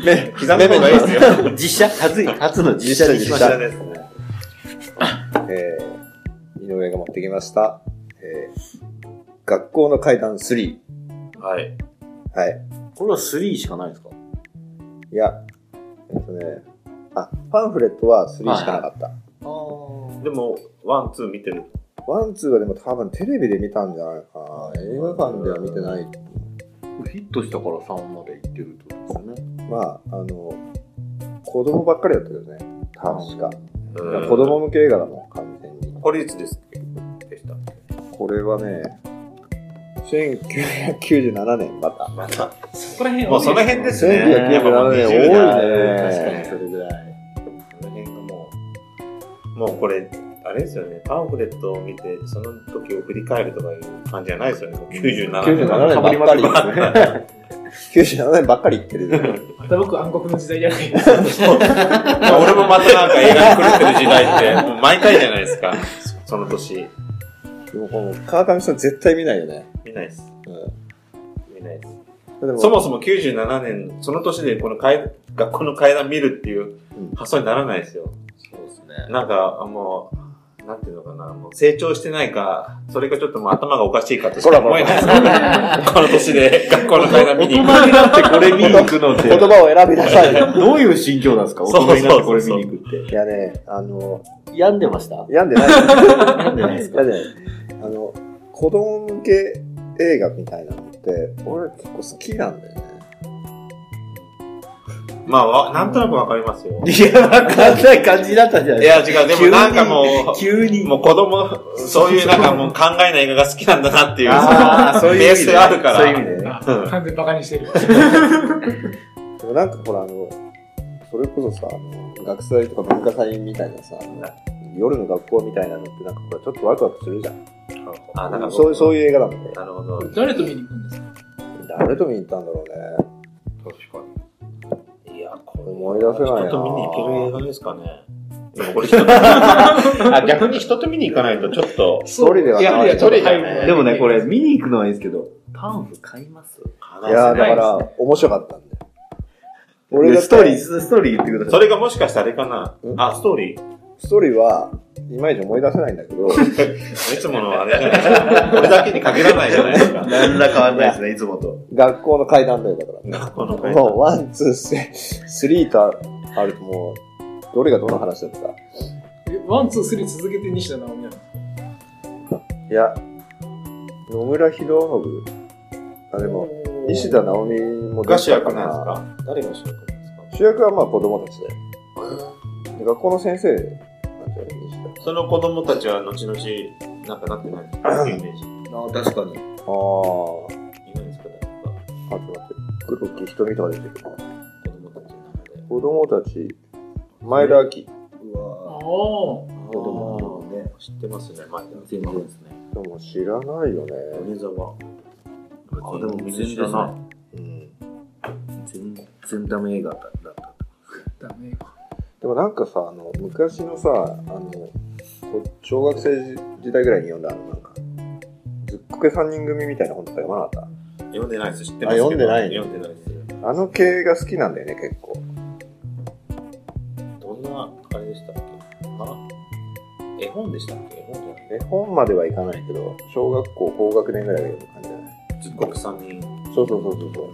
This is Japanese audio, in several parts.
目、刻んだ方がいいですよ。と。実写初い、初の実写にしまこしちた。らですね。えー、井上が持ってきました。えー、学校の階段3。はい。はい。これは3しかないですかいや、えっとね、あ、パンフレットは3しかなかった。あーでも、ワン、ツー見てる。ワン、ツーはでも多分テレビで見たんじゃないかな。映画館では見てない。ヒットしたから3までいってるってことですよね。まあ、あの、子供ばっかりだったけどね。確か。う子供。向け映画だもん、完全に。これいつですっけでした。これはね、1997年、また。また。そこら辺もうその辺ですね。 1997年やっぱもう20多代いね確そかにれぐらい。その辺がもう、もうこれ、あれですよね、パンフレットを見て、その時を振り返るとかいう感じじゃないですよね、もう97年。 97年ばっかりですね。97年ばっかり言ってる。また僕暗黒の時代じゃないです俺もまたなんか映画に狂ってる時代って、もう毎回じゃないですか、その年。でもこの川上さん絶対見ないよね。見ないです。うん見ないです。でもそもそも97年、その年でこの階学校の階段見るっていううん発想にならないですよ。そうですね。なんか、もう、なんていうのかな、もう成長してないか、それがちょっともう頭がおかしいかとしか思えないですね。この年で学校の階段見に行く。だってこれ見に行くのって。言葉を選びなさいよ。 どういう心境なんですかそうそうそうそう大人になってこれ見に行くっいやね、あの、て。病んでました病んでない。 病病んでないですかんでない。あの、子供向け映画みたいなのって、俺結構好きなんだよね。まあわ、なんとなくわかりますよ。いや、わかんない感じだったじゃないいですや、違う、でもなんかもか。急う、に。もう子供、そういうなんかもう考えない映画が好きなんだなっていう、あーそのベースがあるから。そういう意味でね。か。 完全にバカにしてる。でもなんかほら、あの、それこそさ、あの学祭とか文化祭みたいなさ、夜の学校みたいなのってなんかほら、ちょっとワクワクするじゃん。あ、なんかそうそういいう映画だもんねう。。なるほど。誰と見に行くんですか誰と見に行ったんだろうね。確かに。いや、これ思い出せないな人と見に行ける映画ですかね。でもこれ人とあ逆に人と見に行かないとちょっと、一人ではないいや一人じゃないでもね、これ見に行くのはいいですけど、パンフ買いますいやーだかねら、面白かったんだよ。俺だってストーリー、ストーリー言ってくださそい。れがもしかしたらあれかな。あ、ストーリーストーリーは、いまいち思い出せないんだけ ど、いつものあれじゃないですか。これだけに限らないじゃないですか。何ら変わんないですね、いつもと。学校の階段だよ、だから。学校の会もう、ワン、ツー、スリー、スリーとあるともう、どれがどの話だったいえワン、ツー、スリー続けて西田直美なの。や、野村博信あ、でも、西田直美もが主出た役なんですか誰が主役なんですか主役はまあ子供たちだよ。で学校の先生なんじゃない西田。その子供たちは後々、なんかなってないんですかイメージ。あ確かあに。あ、いないんですか誰かあと待って、黒木瞳とか出てくる。子供子たちの中で。供たち、前田秋うわおー。ぁ。子供のね。知ってますね、前田。全然ですね。でも知らないよね。米沢。あ、でも全全然然知でらすなね。うん。全然ダメ映画だった。だったダメか。でもなんかさ、あの、昔のさ、あの、こ小学生時代ぐらいに読んだ、あの、なんか、ずっこけ3人組みたいな本とか読まなかっ読んでないです、知ってますけど。あ読んでない読んでないです。たあの系が好きなんだよね、結構。どんな、あれでしたっけあ絵本でしたっけ絵本じゃない絵本まではいかないけど、小学校高学年ぐらいが読む感じじゃないずっこく3人。そうそうそうそうそ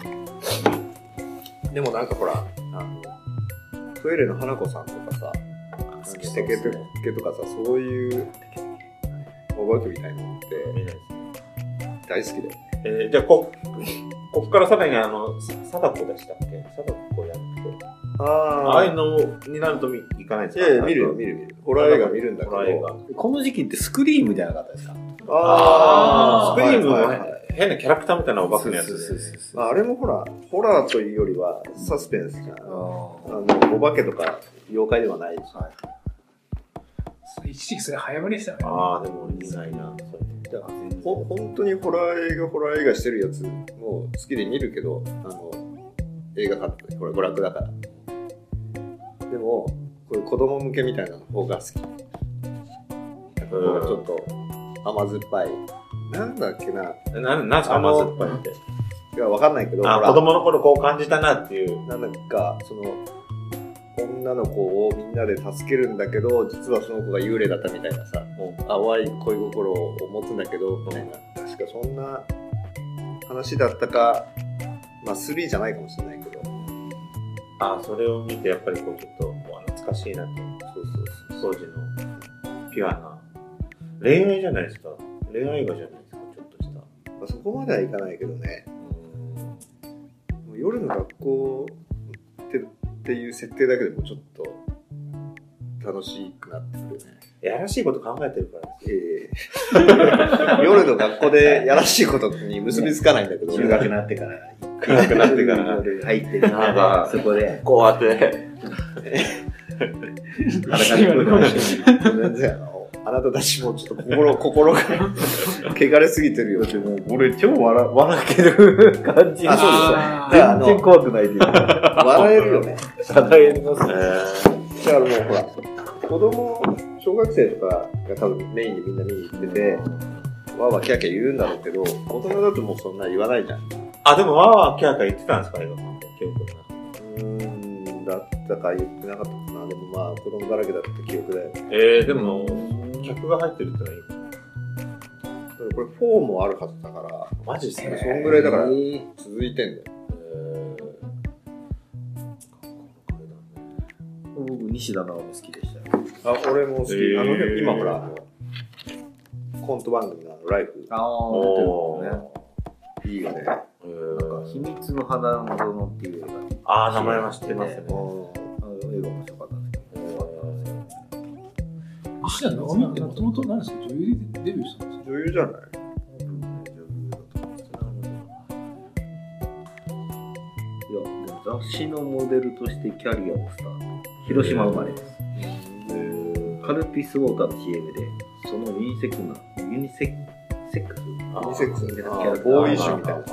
う。でもなんかほら、あの、トイレの花子さんとかさ、好好ききそうテでケすテね。ケとかさ、そういう、お化けみたいなのって見ないです大好きだよ。えー、じゃあ、こ、こっからさらにあの、さ貞子でしたっけ貞子やって。あああいういのになると見いかないですいかやいや、見るよ、見る見る。ホラー映画見るんだけど。ホラー映画。この時期ってスクリームじゃなかったですかあああ、スークリームはいもはねいはい変なキャラクターみたいなお化けのやつそうそうで。そうそうまあ、あれもほら、ホラーというよりはサスペンスじゃん。ああの、お化けとか妖怪ではないし。それ一時期それ早まりでしたね。ああ、でも俺見ないな。それだからほ本当にホラー映画、ホラー映画してるやつも好きで見るけど、あの、映画館とかこれ娯楽だから。でも、こういう子供向けみたいなの方が好き。なんかこうちょっと甘酸っぱい。なんだっけな。いな、なんですかあの甘酸っぱいって。や、わかんないけど、あほー、ら子供の頃こう感じたなっていう。なんか、その、女の子をみんなで助けるんだけど、実はその子が幽霊だったみたいなさ、淡い恋心を持つんだけど、みたいな。確かそんな話だったか、まあ3じゃないかもしれないけど、ああ、それを見てやっぱりこうちょっと、もう懐かしいなと。そうそうそう。当時のピュアな。恋愛じゃないですか。恋愛映画じゃないですか。ちょっとした。まあそこまではいかないけどね、もう夜の学校ってっていう設定だけでもちょっと楽しくなってくるね。やらしいこと考えてるからですよ。ええ 夜の学校でやらしいことに結びつかないんだけど、中学になってから、暗くなってから。入ってるなんかそこで、こうやって。裸に来るかもしれない。全然あのあなたたちもちょっと心心が汚れすぎてるよ。でも俺超笑笑ける感じあそうですあでー全然怖くないです。笑えるよね。笑えますね。だからもうほら、子供、小学生とかが多分メインでみんな見に行ってて、わーわーキャーキャー言うんだろうけど、大人だともうそんな言わないじゃん。うあ、でもわーわーキャーキャー言ってたんですか、映画館って。記ー憶が。ん、だったか言ってなかったかな。でもまあ子供だらけだった記憶だよね。えー、でも、客が入ってるってのはいい。だからこれ4もあるはずだから、マジっすそね。んぐらいだから続いてんだよ。僕、西田直も好きでしたよ。あ、俺も好き。あの、へー今ほら、あのコント番組のあのライフ、ああ、おーいいよね。えー秘密の花の園っていう映画。あー、名前は知ってますね。あの映画面白かったんですけ西田直美ってもともと何ですか女優でデビューしたんですか女優じゃないど。いや、でも雑誌のモデルとしてキャリアをスタート。広島生まれです。カルピスウォーターの CM で、そのユニセックな、ユニセックセックスユニセックスみたいなあーキャラボーイッシュみたいな。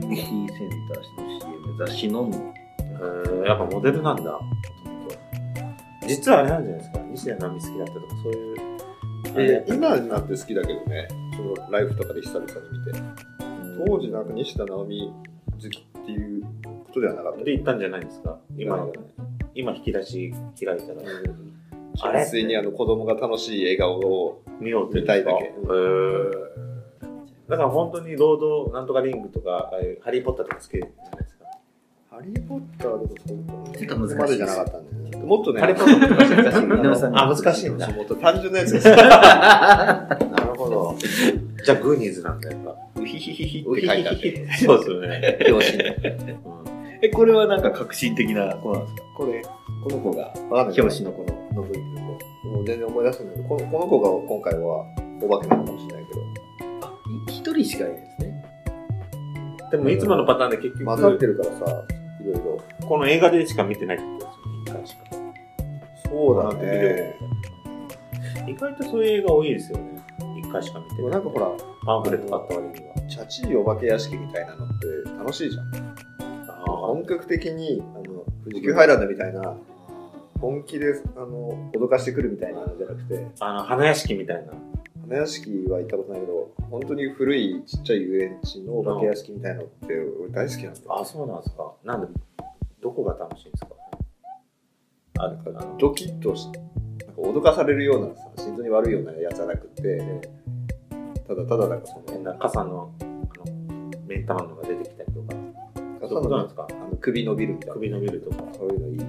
ビューティーセンターの CM、雑誌のんの。えー、やっぱモデルなんだ。実はあれなんじゃないですか。西田直美好きだったとか、そういう。え今になって好きだけどね、そのライフとかで久々に見て。当時なんか西田直美好きっていうことではなかっで行ったんじゃないですか。今、なるほ今引き出し開いたら、た。あれ純粋にあの子供が楽しい笑顔を見ようって見たいだけえーだから本当にロードなんとかリングとか、ああいうハリー・ポッターとか好きじゃないですか。ハリー・ポッターでもそうちょっと難しこいこまでじゃなかったんだよね。もっとね、ハリー・ポッターとか難しい。皆さん あ、難しいんだ。単純なやつです。なるほど。じゃあ、グーニーズなんだ、やっぱ。うひひひひって書いてあって。そうですよね。両親の。うんえ、これはなんか革新的な子なんですかこれ、この子が、わかんない。教師の子の信行のもう全然思い出せないけど、このこの子が今回はお化けなのかもしれないけど、子。あ、い一人しかいないですね。でも、いつものパターンで結混ざって局、るからさ、いろいろ。この映画でしか見てないってことですよね。そ確か。意外とそういう映画多いですよね。一回しか見でてなもい。なんかほら、パンフレット買った割には。チャチーお化け屋敷みたいなのって楽しいじゃん。あ本格的に、あの、富士急ハイランドみたいな、本気で、あの、脅かしてくるみたいなのじゃなくて、あの、花屋敷みたいな。花屋敷は行ったことないけど、本当に古いちっちゃい遊園地のお化け屋敷みたいなのって、俺大好きなんだよ。あ、そうなんですか。なんで、どこが楽しいんですかあるかな。ドキッとし、なんか脅かされるようなさ、心臓に悪いようなやつじゃなくて、ただただなんかその、変な傘の、あの、目ん玉のが出てきたりとか。たそういだのうことななんんでかすかあの首伸びるみたいな。首伸びるとか。そういうのいいね。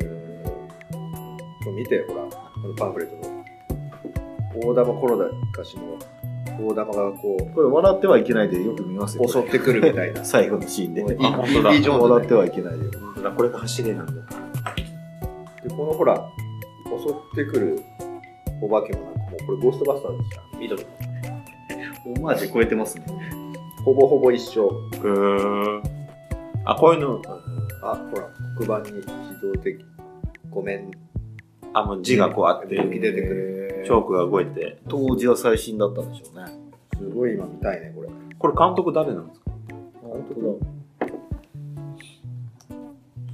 へこれ見て、ほら、このパンフレットの、大玉コロナかしの、大玉がここれ、笑ってはいけないでよく見ますよ。う、襲ってくるみたい な。最後のシーンで。もういいあ本当だいいジョーンズだね笑ってはいけないでよ。ー本当だ、これが走りなんだ。でこのほら襲ってくるお化けもなんかもうこれゴーストバスターズじゃん緑オマージュ超えてますね。ほぼほぼ一緒へー。あ、こういうの、うんあほら黒板に自動的ごめんあ、もう字がこうあって、出てくるチョークが動いて。当時は最新だったんでしょうね。すごい今見たいねこれこれ監督誰なんですか本当だそ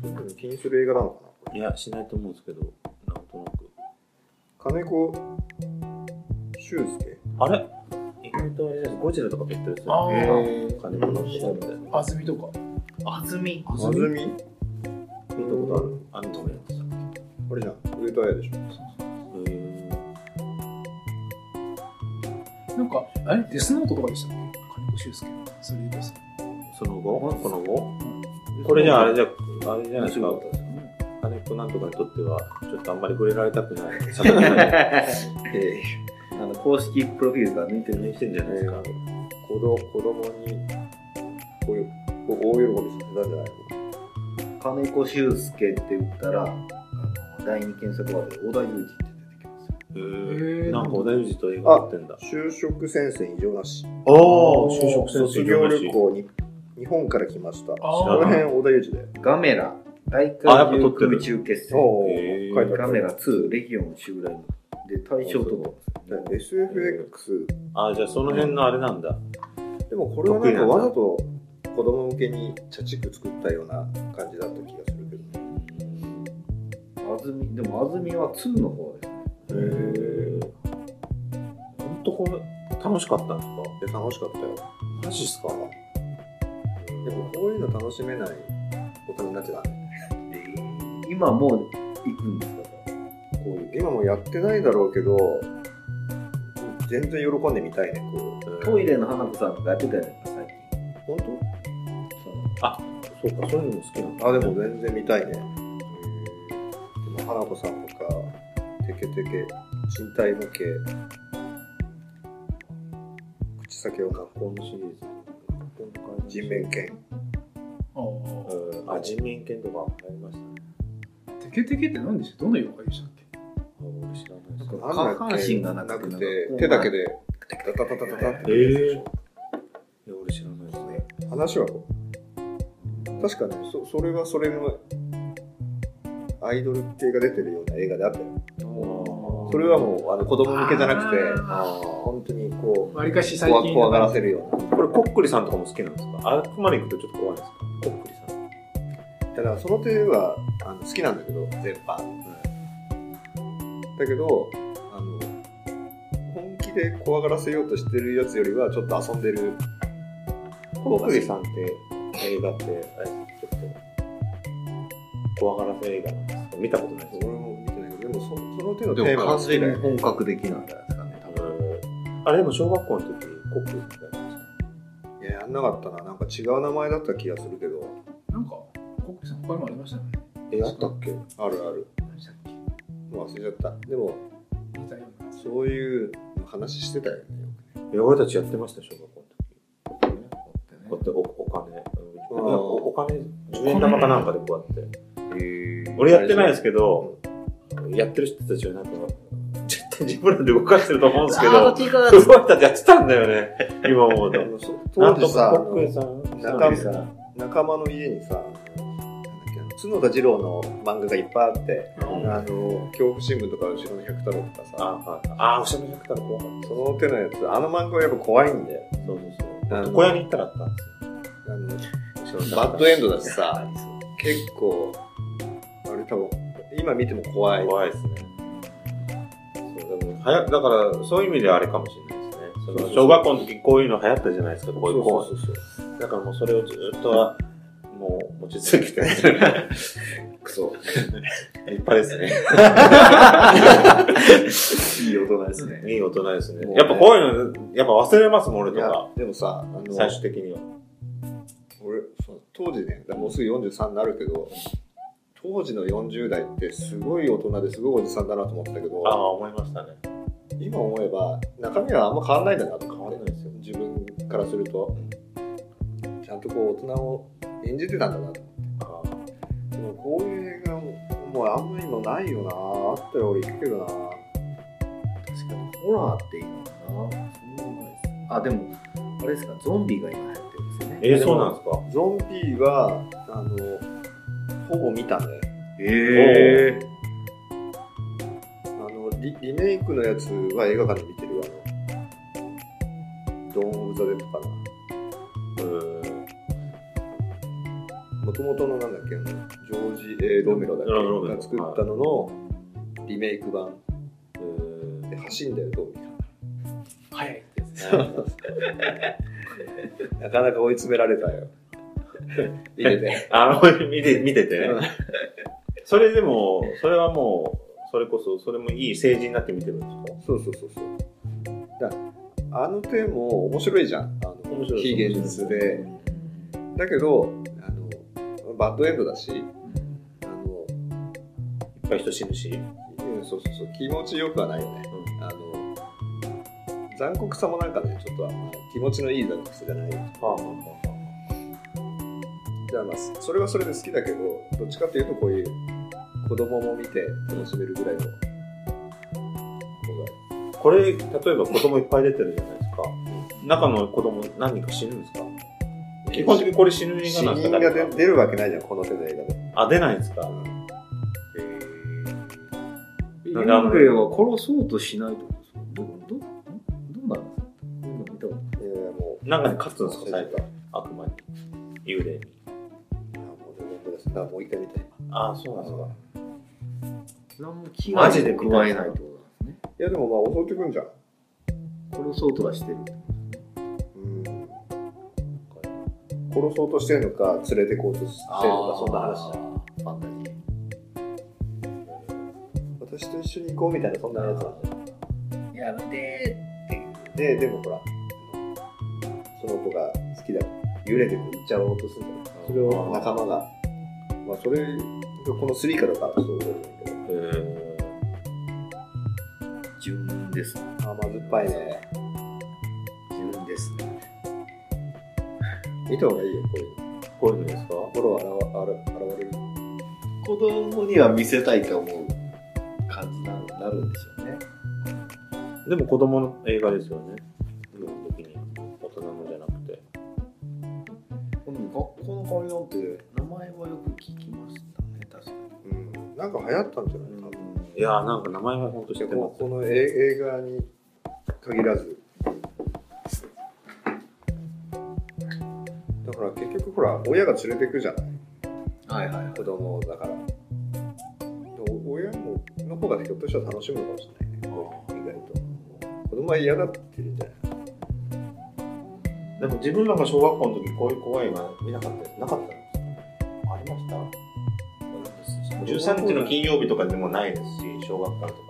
ういうの気にする映画なのかないや、しないと思うんですけど、なんとなく。これ金子修介あれ意外とあれですゴジラとか別途ですあよね。ー金物の人みたいな。あずみとか。あずみ。あ安住見見たことある。アニメでした。あれじゃん上戸彩でしょなんか、あれデスノートとかでしたっけ金子修介。それでさ。その後この後これじゃああれじゃ、あれじゃない ですか。金子なんとかにとっては、ちょっとあんまり触れられたくない。作 品がえあの、公式プロフィールから抜いてる抜いてんじゃないですか。子供子供にこういう大喜びさせたんじゃないの金子修介って言ったら、あの第二検索ワードで織田裕二って出てきますよ。へへーーなんか織田裕二と映画やってんだ。就職戦線異常なしああ、就職卒業旅行に日本から来ました。こあーの辺、小田裕二だよ。ガメラ、大あやっぱ海撮流ってる空中決戦。おへーー書いてあガメる。ラ2、レギオン襲来で大賞を取ってますよね。 SFX。ああ、じゃあその辺のあれなんだ。でもこれはなんかわざと子供向けに茶チク作ったような感じだった気がするけど。安住、でも安住は2の方ですね。へえ。ほんとこれ、楽しかったんですかで、楽しかったよ。マジっすかでもこういうの楽しめない大人になっちゃダメ。今もう行くんですから。こういう、今もやってないだろうけど、全然喜んでみたいね、こう。トイレの花子さんとかやってたじゃないですか、最本近。そそのうか、そういうのも好きなん当あ、でも全然見たいね。でも花子さんとか、テケテケ、身体模型、口先を学校のシリーズ。人面犬。ああ。うんあ、人面犬とか流行りましたね。テケテケって何でしたどの妖怪でしたっけあ俺知らないです。下半身がなくて手だけで、ダタタタタタって。ええいや、俺知らないですね。話はこう。確かね、そそれはそれの、アイドル系が出てるような映画であったよ。そそれはもう、あの、子供向けじゃなくて、あー本当にこう、わりかし最怖近。怖がらせるような。う、これ、コックリさんとかも好きなんですかあくまで行くとちょっと怖いですかコックリさん。だからその点はあの好きなんだけど全般、だけどあの本気で怖がらせようとしてるやつよりはちょっと遊んでるコックリさんって映画って、あれ、ちょっと、怖がらせ映画なんですか見たことないです俺も見てないけどでもそその手のテーでマもが完好き全だによ本格的なんじゃないですかね。多分。あれ、でも小学校の時、コックって書いてましいや、やんなかったな。なんか違う名前だった気がするけど。なんか、コックさん他にもありましたよね。え、あったっけあるある。何でしたっけもう忘れちゃった。でも、似たような。そういうの話してたよね、よくね。た。いや、俺たちやってました、小学校の時。こうやこっておお金、うんあーおお金、10円玉かなんかでこうやって。へ俺やってないですけど、やってる人たちはなんか、絶対自分らで動かしてると思うんですけあー、こどっ、ち行かな動いたってやってたんだよね、今思う と。当なんと時さ、かあコックさのん、中身さん。仲間の家にさ、なんだっけあの角田二郎の漫画がいっぱいあって、うんあの、恐怖新聞とか後ろの百太郎とかあ、さ、はい。あー、おしゃべりなくたら怖かっその手のやつ、あの漫画はやっぱ怖いんだよ。た。そうそうあのそう。小屋に行ったらあったんですよ。あのバッドエンドだしさ、結構、あれ多分、今見ても怖い。怖いですね。そうでもはやだから、そういう意味ではあれかもしれないですね。そのそうそう小学校の時こういうの流行ったじゃないですか、こういうそう怖そうそうそう。い。だからもうそれをずっとは、もう持ち続けてる。クソ。立派ですね。いい大人ですね。いい大人ですねもう。ねやっぱこういうの、やっぱ忘れますもん、俺いとやか。、でもさ、あの、最終的には。俺そう当時ねもうすぐ43になるけど当時の40代ってすごい大人ですごいおじさんだなと思ってたけあどあ、思いましたね。今思えば中身はあんま変わんないんだなと変思わっらてないですよ。自分からするとちゃんとこう大人を演じてたんだなとあでもこういう映画ももうあんまりのないよなあったよ俺行くけどな確かにホラーって今かなそんなないですあでもあれですかゾンビが今流行ってるんですよねーえー、そうなんですかゾンビはあのほぼ見たねへえあのリリメイクのやつは映画館で見てるよあのドーン・オブ・ザ・デッドかなもともとのなんだっけあのジョージ・えーロメロだっロメロロメけロが作ったののリメイク版で走んだよどう見早いってやつです。たなかなか追い詰められたよ見ててあの、見て、見ててね。それでも、それはもう、それこそ、それもいい成人になって見てるんですかそうそうそうそうだあの手も面白いじゃんあの面白い非現実でだけどあのバッドエンドだしあのいっぱい人死ぬし。うんそうそうそう気持ちよくはないよね、うあの残酷さもなんかねちょっとあの気持ちのいい残酷さじゃないああ、じゃあまあそれはそれで好きだけどどっちかっていうとこういう子供も見て楽しめるぐらいのこれ、例えば子供いっぱい出てるじゃないですか。中の子供何人か死ぬんですか基本的にこれ死ぬ映死画なんです人かが誰出か出るわけないじゃんこの手の映画で、あ、出ないんですかうん幽霊は殺そうとしないってことですかどどどどうなんですかどういうの見たことないいやいやもうなんかに勝つんですか忘れ最て後た。悪魔に。幽霊に。あもう全然ですだからもう一回見てああ、そうなんですいか。何も危害を加えないってことなんですねやでもまあ襲ってくんじゃん殺そうとはしてるうん殺そうとしてるのか連れてこうとしてるのかそんな話じゃんファンタジー私と一緒に行こうみたいなそんなやつなんだよやめてででもほらその子が好きだ幽霊でも行っちゃおうとするんだよそれを仲間がまあそれがこの3からかそう覚えてないけどへー純ですね甘酸っぱいね純ですね見た方がいいよこういうのこういうのですか心は現現現れる子供には見せたいと思う感じになるんでしょうねでも子供の映画ですよね。基本的に。大人のじゃなくて。この学校の代わりなんて名前はよく聞きましたね確かにうんなんか流行ったんじゃない多分いやーなんか名前は本当知でってこまこのえ映画に限らずだから結局ほら親が連れてくじゃないはいはいはい子供だからでお親もの方がひょっとしたら楽しむのかもしれないね意外と子供は嫌だって言うんじゃないす。でも自分らが小学校の時こういう怖い映画見なかったです。なかったんですかありました13日の金曜日とかでもないですし、小学館とか、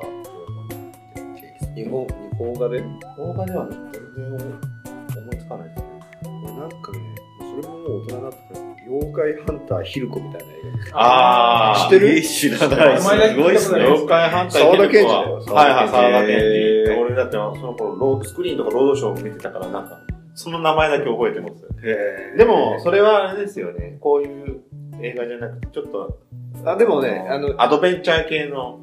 日本日本画で邦画では全然人になってから妖怪ハンターヒルコみたいな映あー知ってる知らないお前だけすごいっすね。妖怪反対沢田研二だよはいはい、沢田沢田研研二二。俺だって、その頃、ロースクリーンとかロードショー見てたから、なんか、その名前だけ覚えてます。画でも、それはあれですよね。こういう映画じゃなくて、ちょっと、あでもねあのアドベンチャー系の、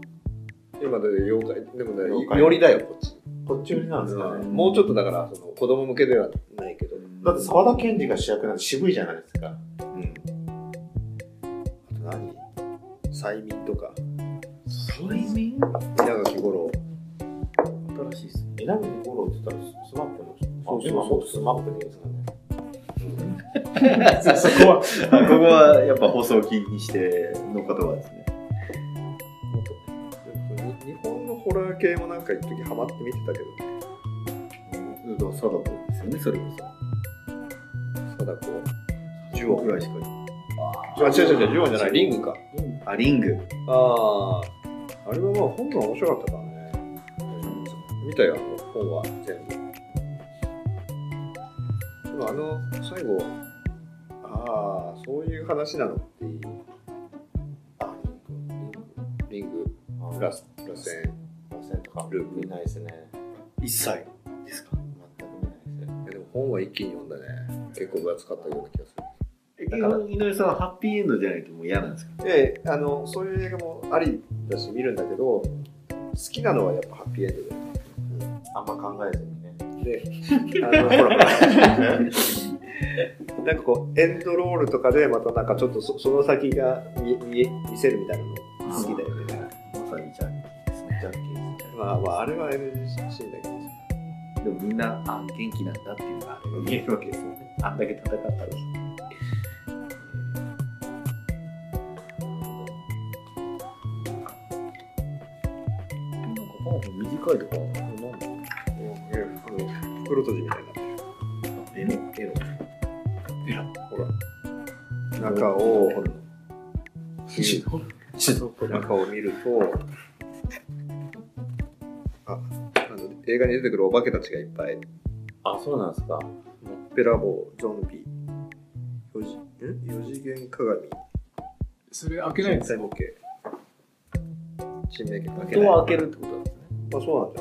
今だって妖怪でも妖ね怪よりだよこっちこっち寄りなんですかね。もうちょっとだからその子供向けではないけどだって沢田研二が主役なんて渋いじゃないですか。うんあと何催眠とか催眠稲垣吾郎新しいっすね。稲垣吾郎って言ったらスマップの人。そうそうそう今もっとスマップでいいですかね。そこ は。ここはやっぱ放送を聞きしての言葉ですね。もっとなんか日本のホラー系もなんか一時ハマって見てたけどうん、だから貞子ですよね、それこ貞子そ。10億ぐらいしか。あ違う違う違うジュオンじゃないリングかあ、リング。あああれはまあ本が面白かったからね見たよ本は全部でもあの最後ああそういう話なのっていうあリングリングラス螺旋螺旋とか。ループ見ないですね。一切ですか全く見ないですね。いやでも本は一気に読んだね結構分厚かったような気がするえ基本、井上さんはハッピーエンドじゃないともう嫌なんですかええあのそういう映画もありだし見るんだけど好きなのはやっぱハッピーエンドだよあんま考えずにね。で、あの、ほらほら。なんかこう、エンドロールとかで、またなんかちょっとそその先が見見え見せるみたいなの好きだよね。まさにジャンキーですね。ジャンキーですまあまあ、あれは NG シーンだけどさ。でもみんな、あ、元気なんだっていうのがあれが見えるわけですよね。あんだけ戦ったらしい。なんかパンフ短いとか、なんだあの、袋閉じみたいになってる。エロエロ。中を、一度中を見ると、あ、あの、映画に出てくるお化けたちがいっぱい。あ、そうなんですか。のっぺらぼう、ゾンビ、四次ん四次元鏡、 それ開けないんです生模型、新名開け人ない。を開けるってことなんですね。まあそうなん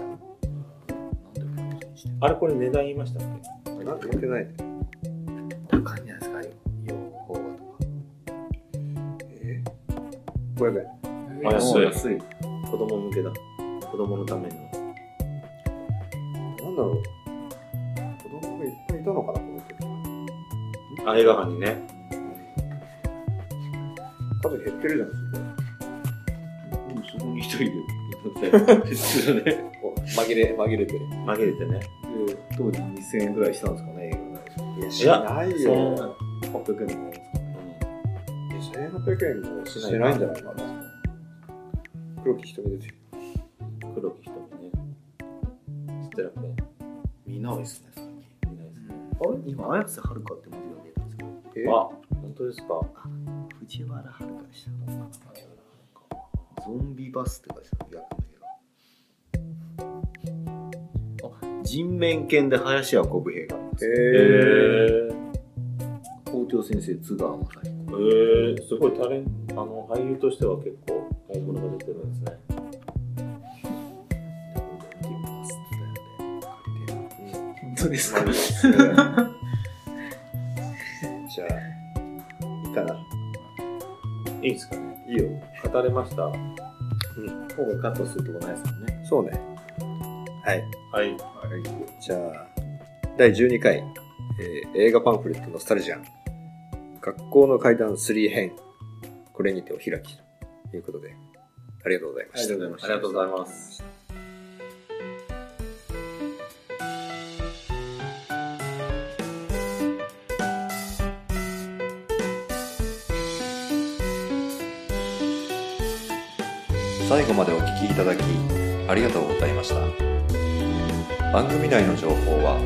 じゃないなんでこんなにしてあれこれ値段言いましたっけなんか関係ないね。高いんじゃないですか、よ。用法とか。えー、500円。あ安いもう安い。子供向けだ。子供のための。なんだろう。子供がいっぱいいたのかな、この時。あ、映画館にね。数減ってるじゃないですか。うん、そこに一人で行ったんですよね。で、こう紛れ、紛れてる。紛れてね。当時2000円ぐらいしたんですかね、映画いや、しないない代。よ。 800円もですか1800円もしないんじゃないかな。黒木瞳ですよ。黒木瞳ね。知ってなくて。見ないですね、最見ないですね。近。あれ今、綾瀬はるかって文字が出たんですけど、えあ、本当ですか。藤原はるかでした。ゾンビバスって書いてた、役名が。あ、人面犬で林家小部平が。ええ校長先生、津川雅彦。ー、えー、すごいタレント、あの、俳優としては結構大物が出てるんですね。見てみますって言ったよね。本当ですか。ー、じゃあ、いいかな。いいですかね。いいよ。語れました。は今回カットするとこないですもんね。そうね。はい。い。じゃあ、第12回、えー映画パンフレットノスタルジアン、学校の階段3編、これにてお開きということで、ありがとうございました。うございまありがとうございます。最後までお聞きいただきありがとうございました番組内の情報は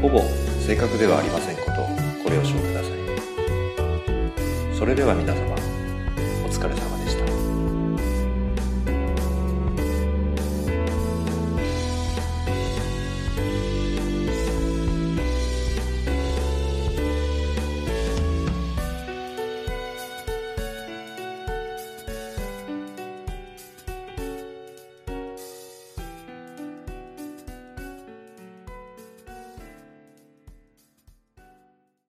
ほぼ正確ではありませんことご了承くださいそれでは皆様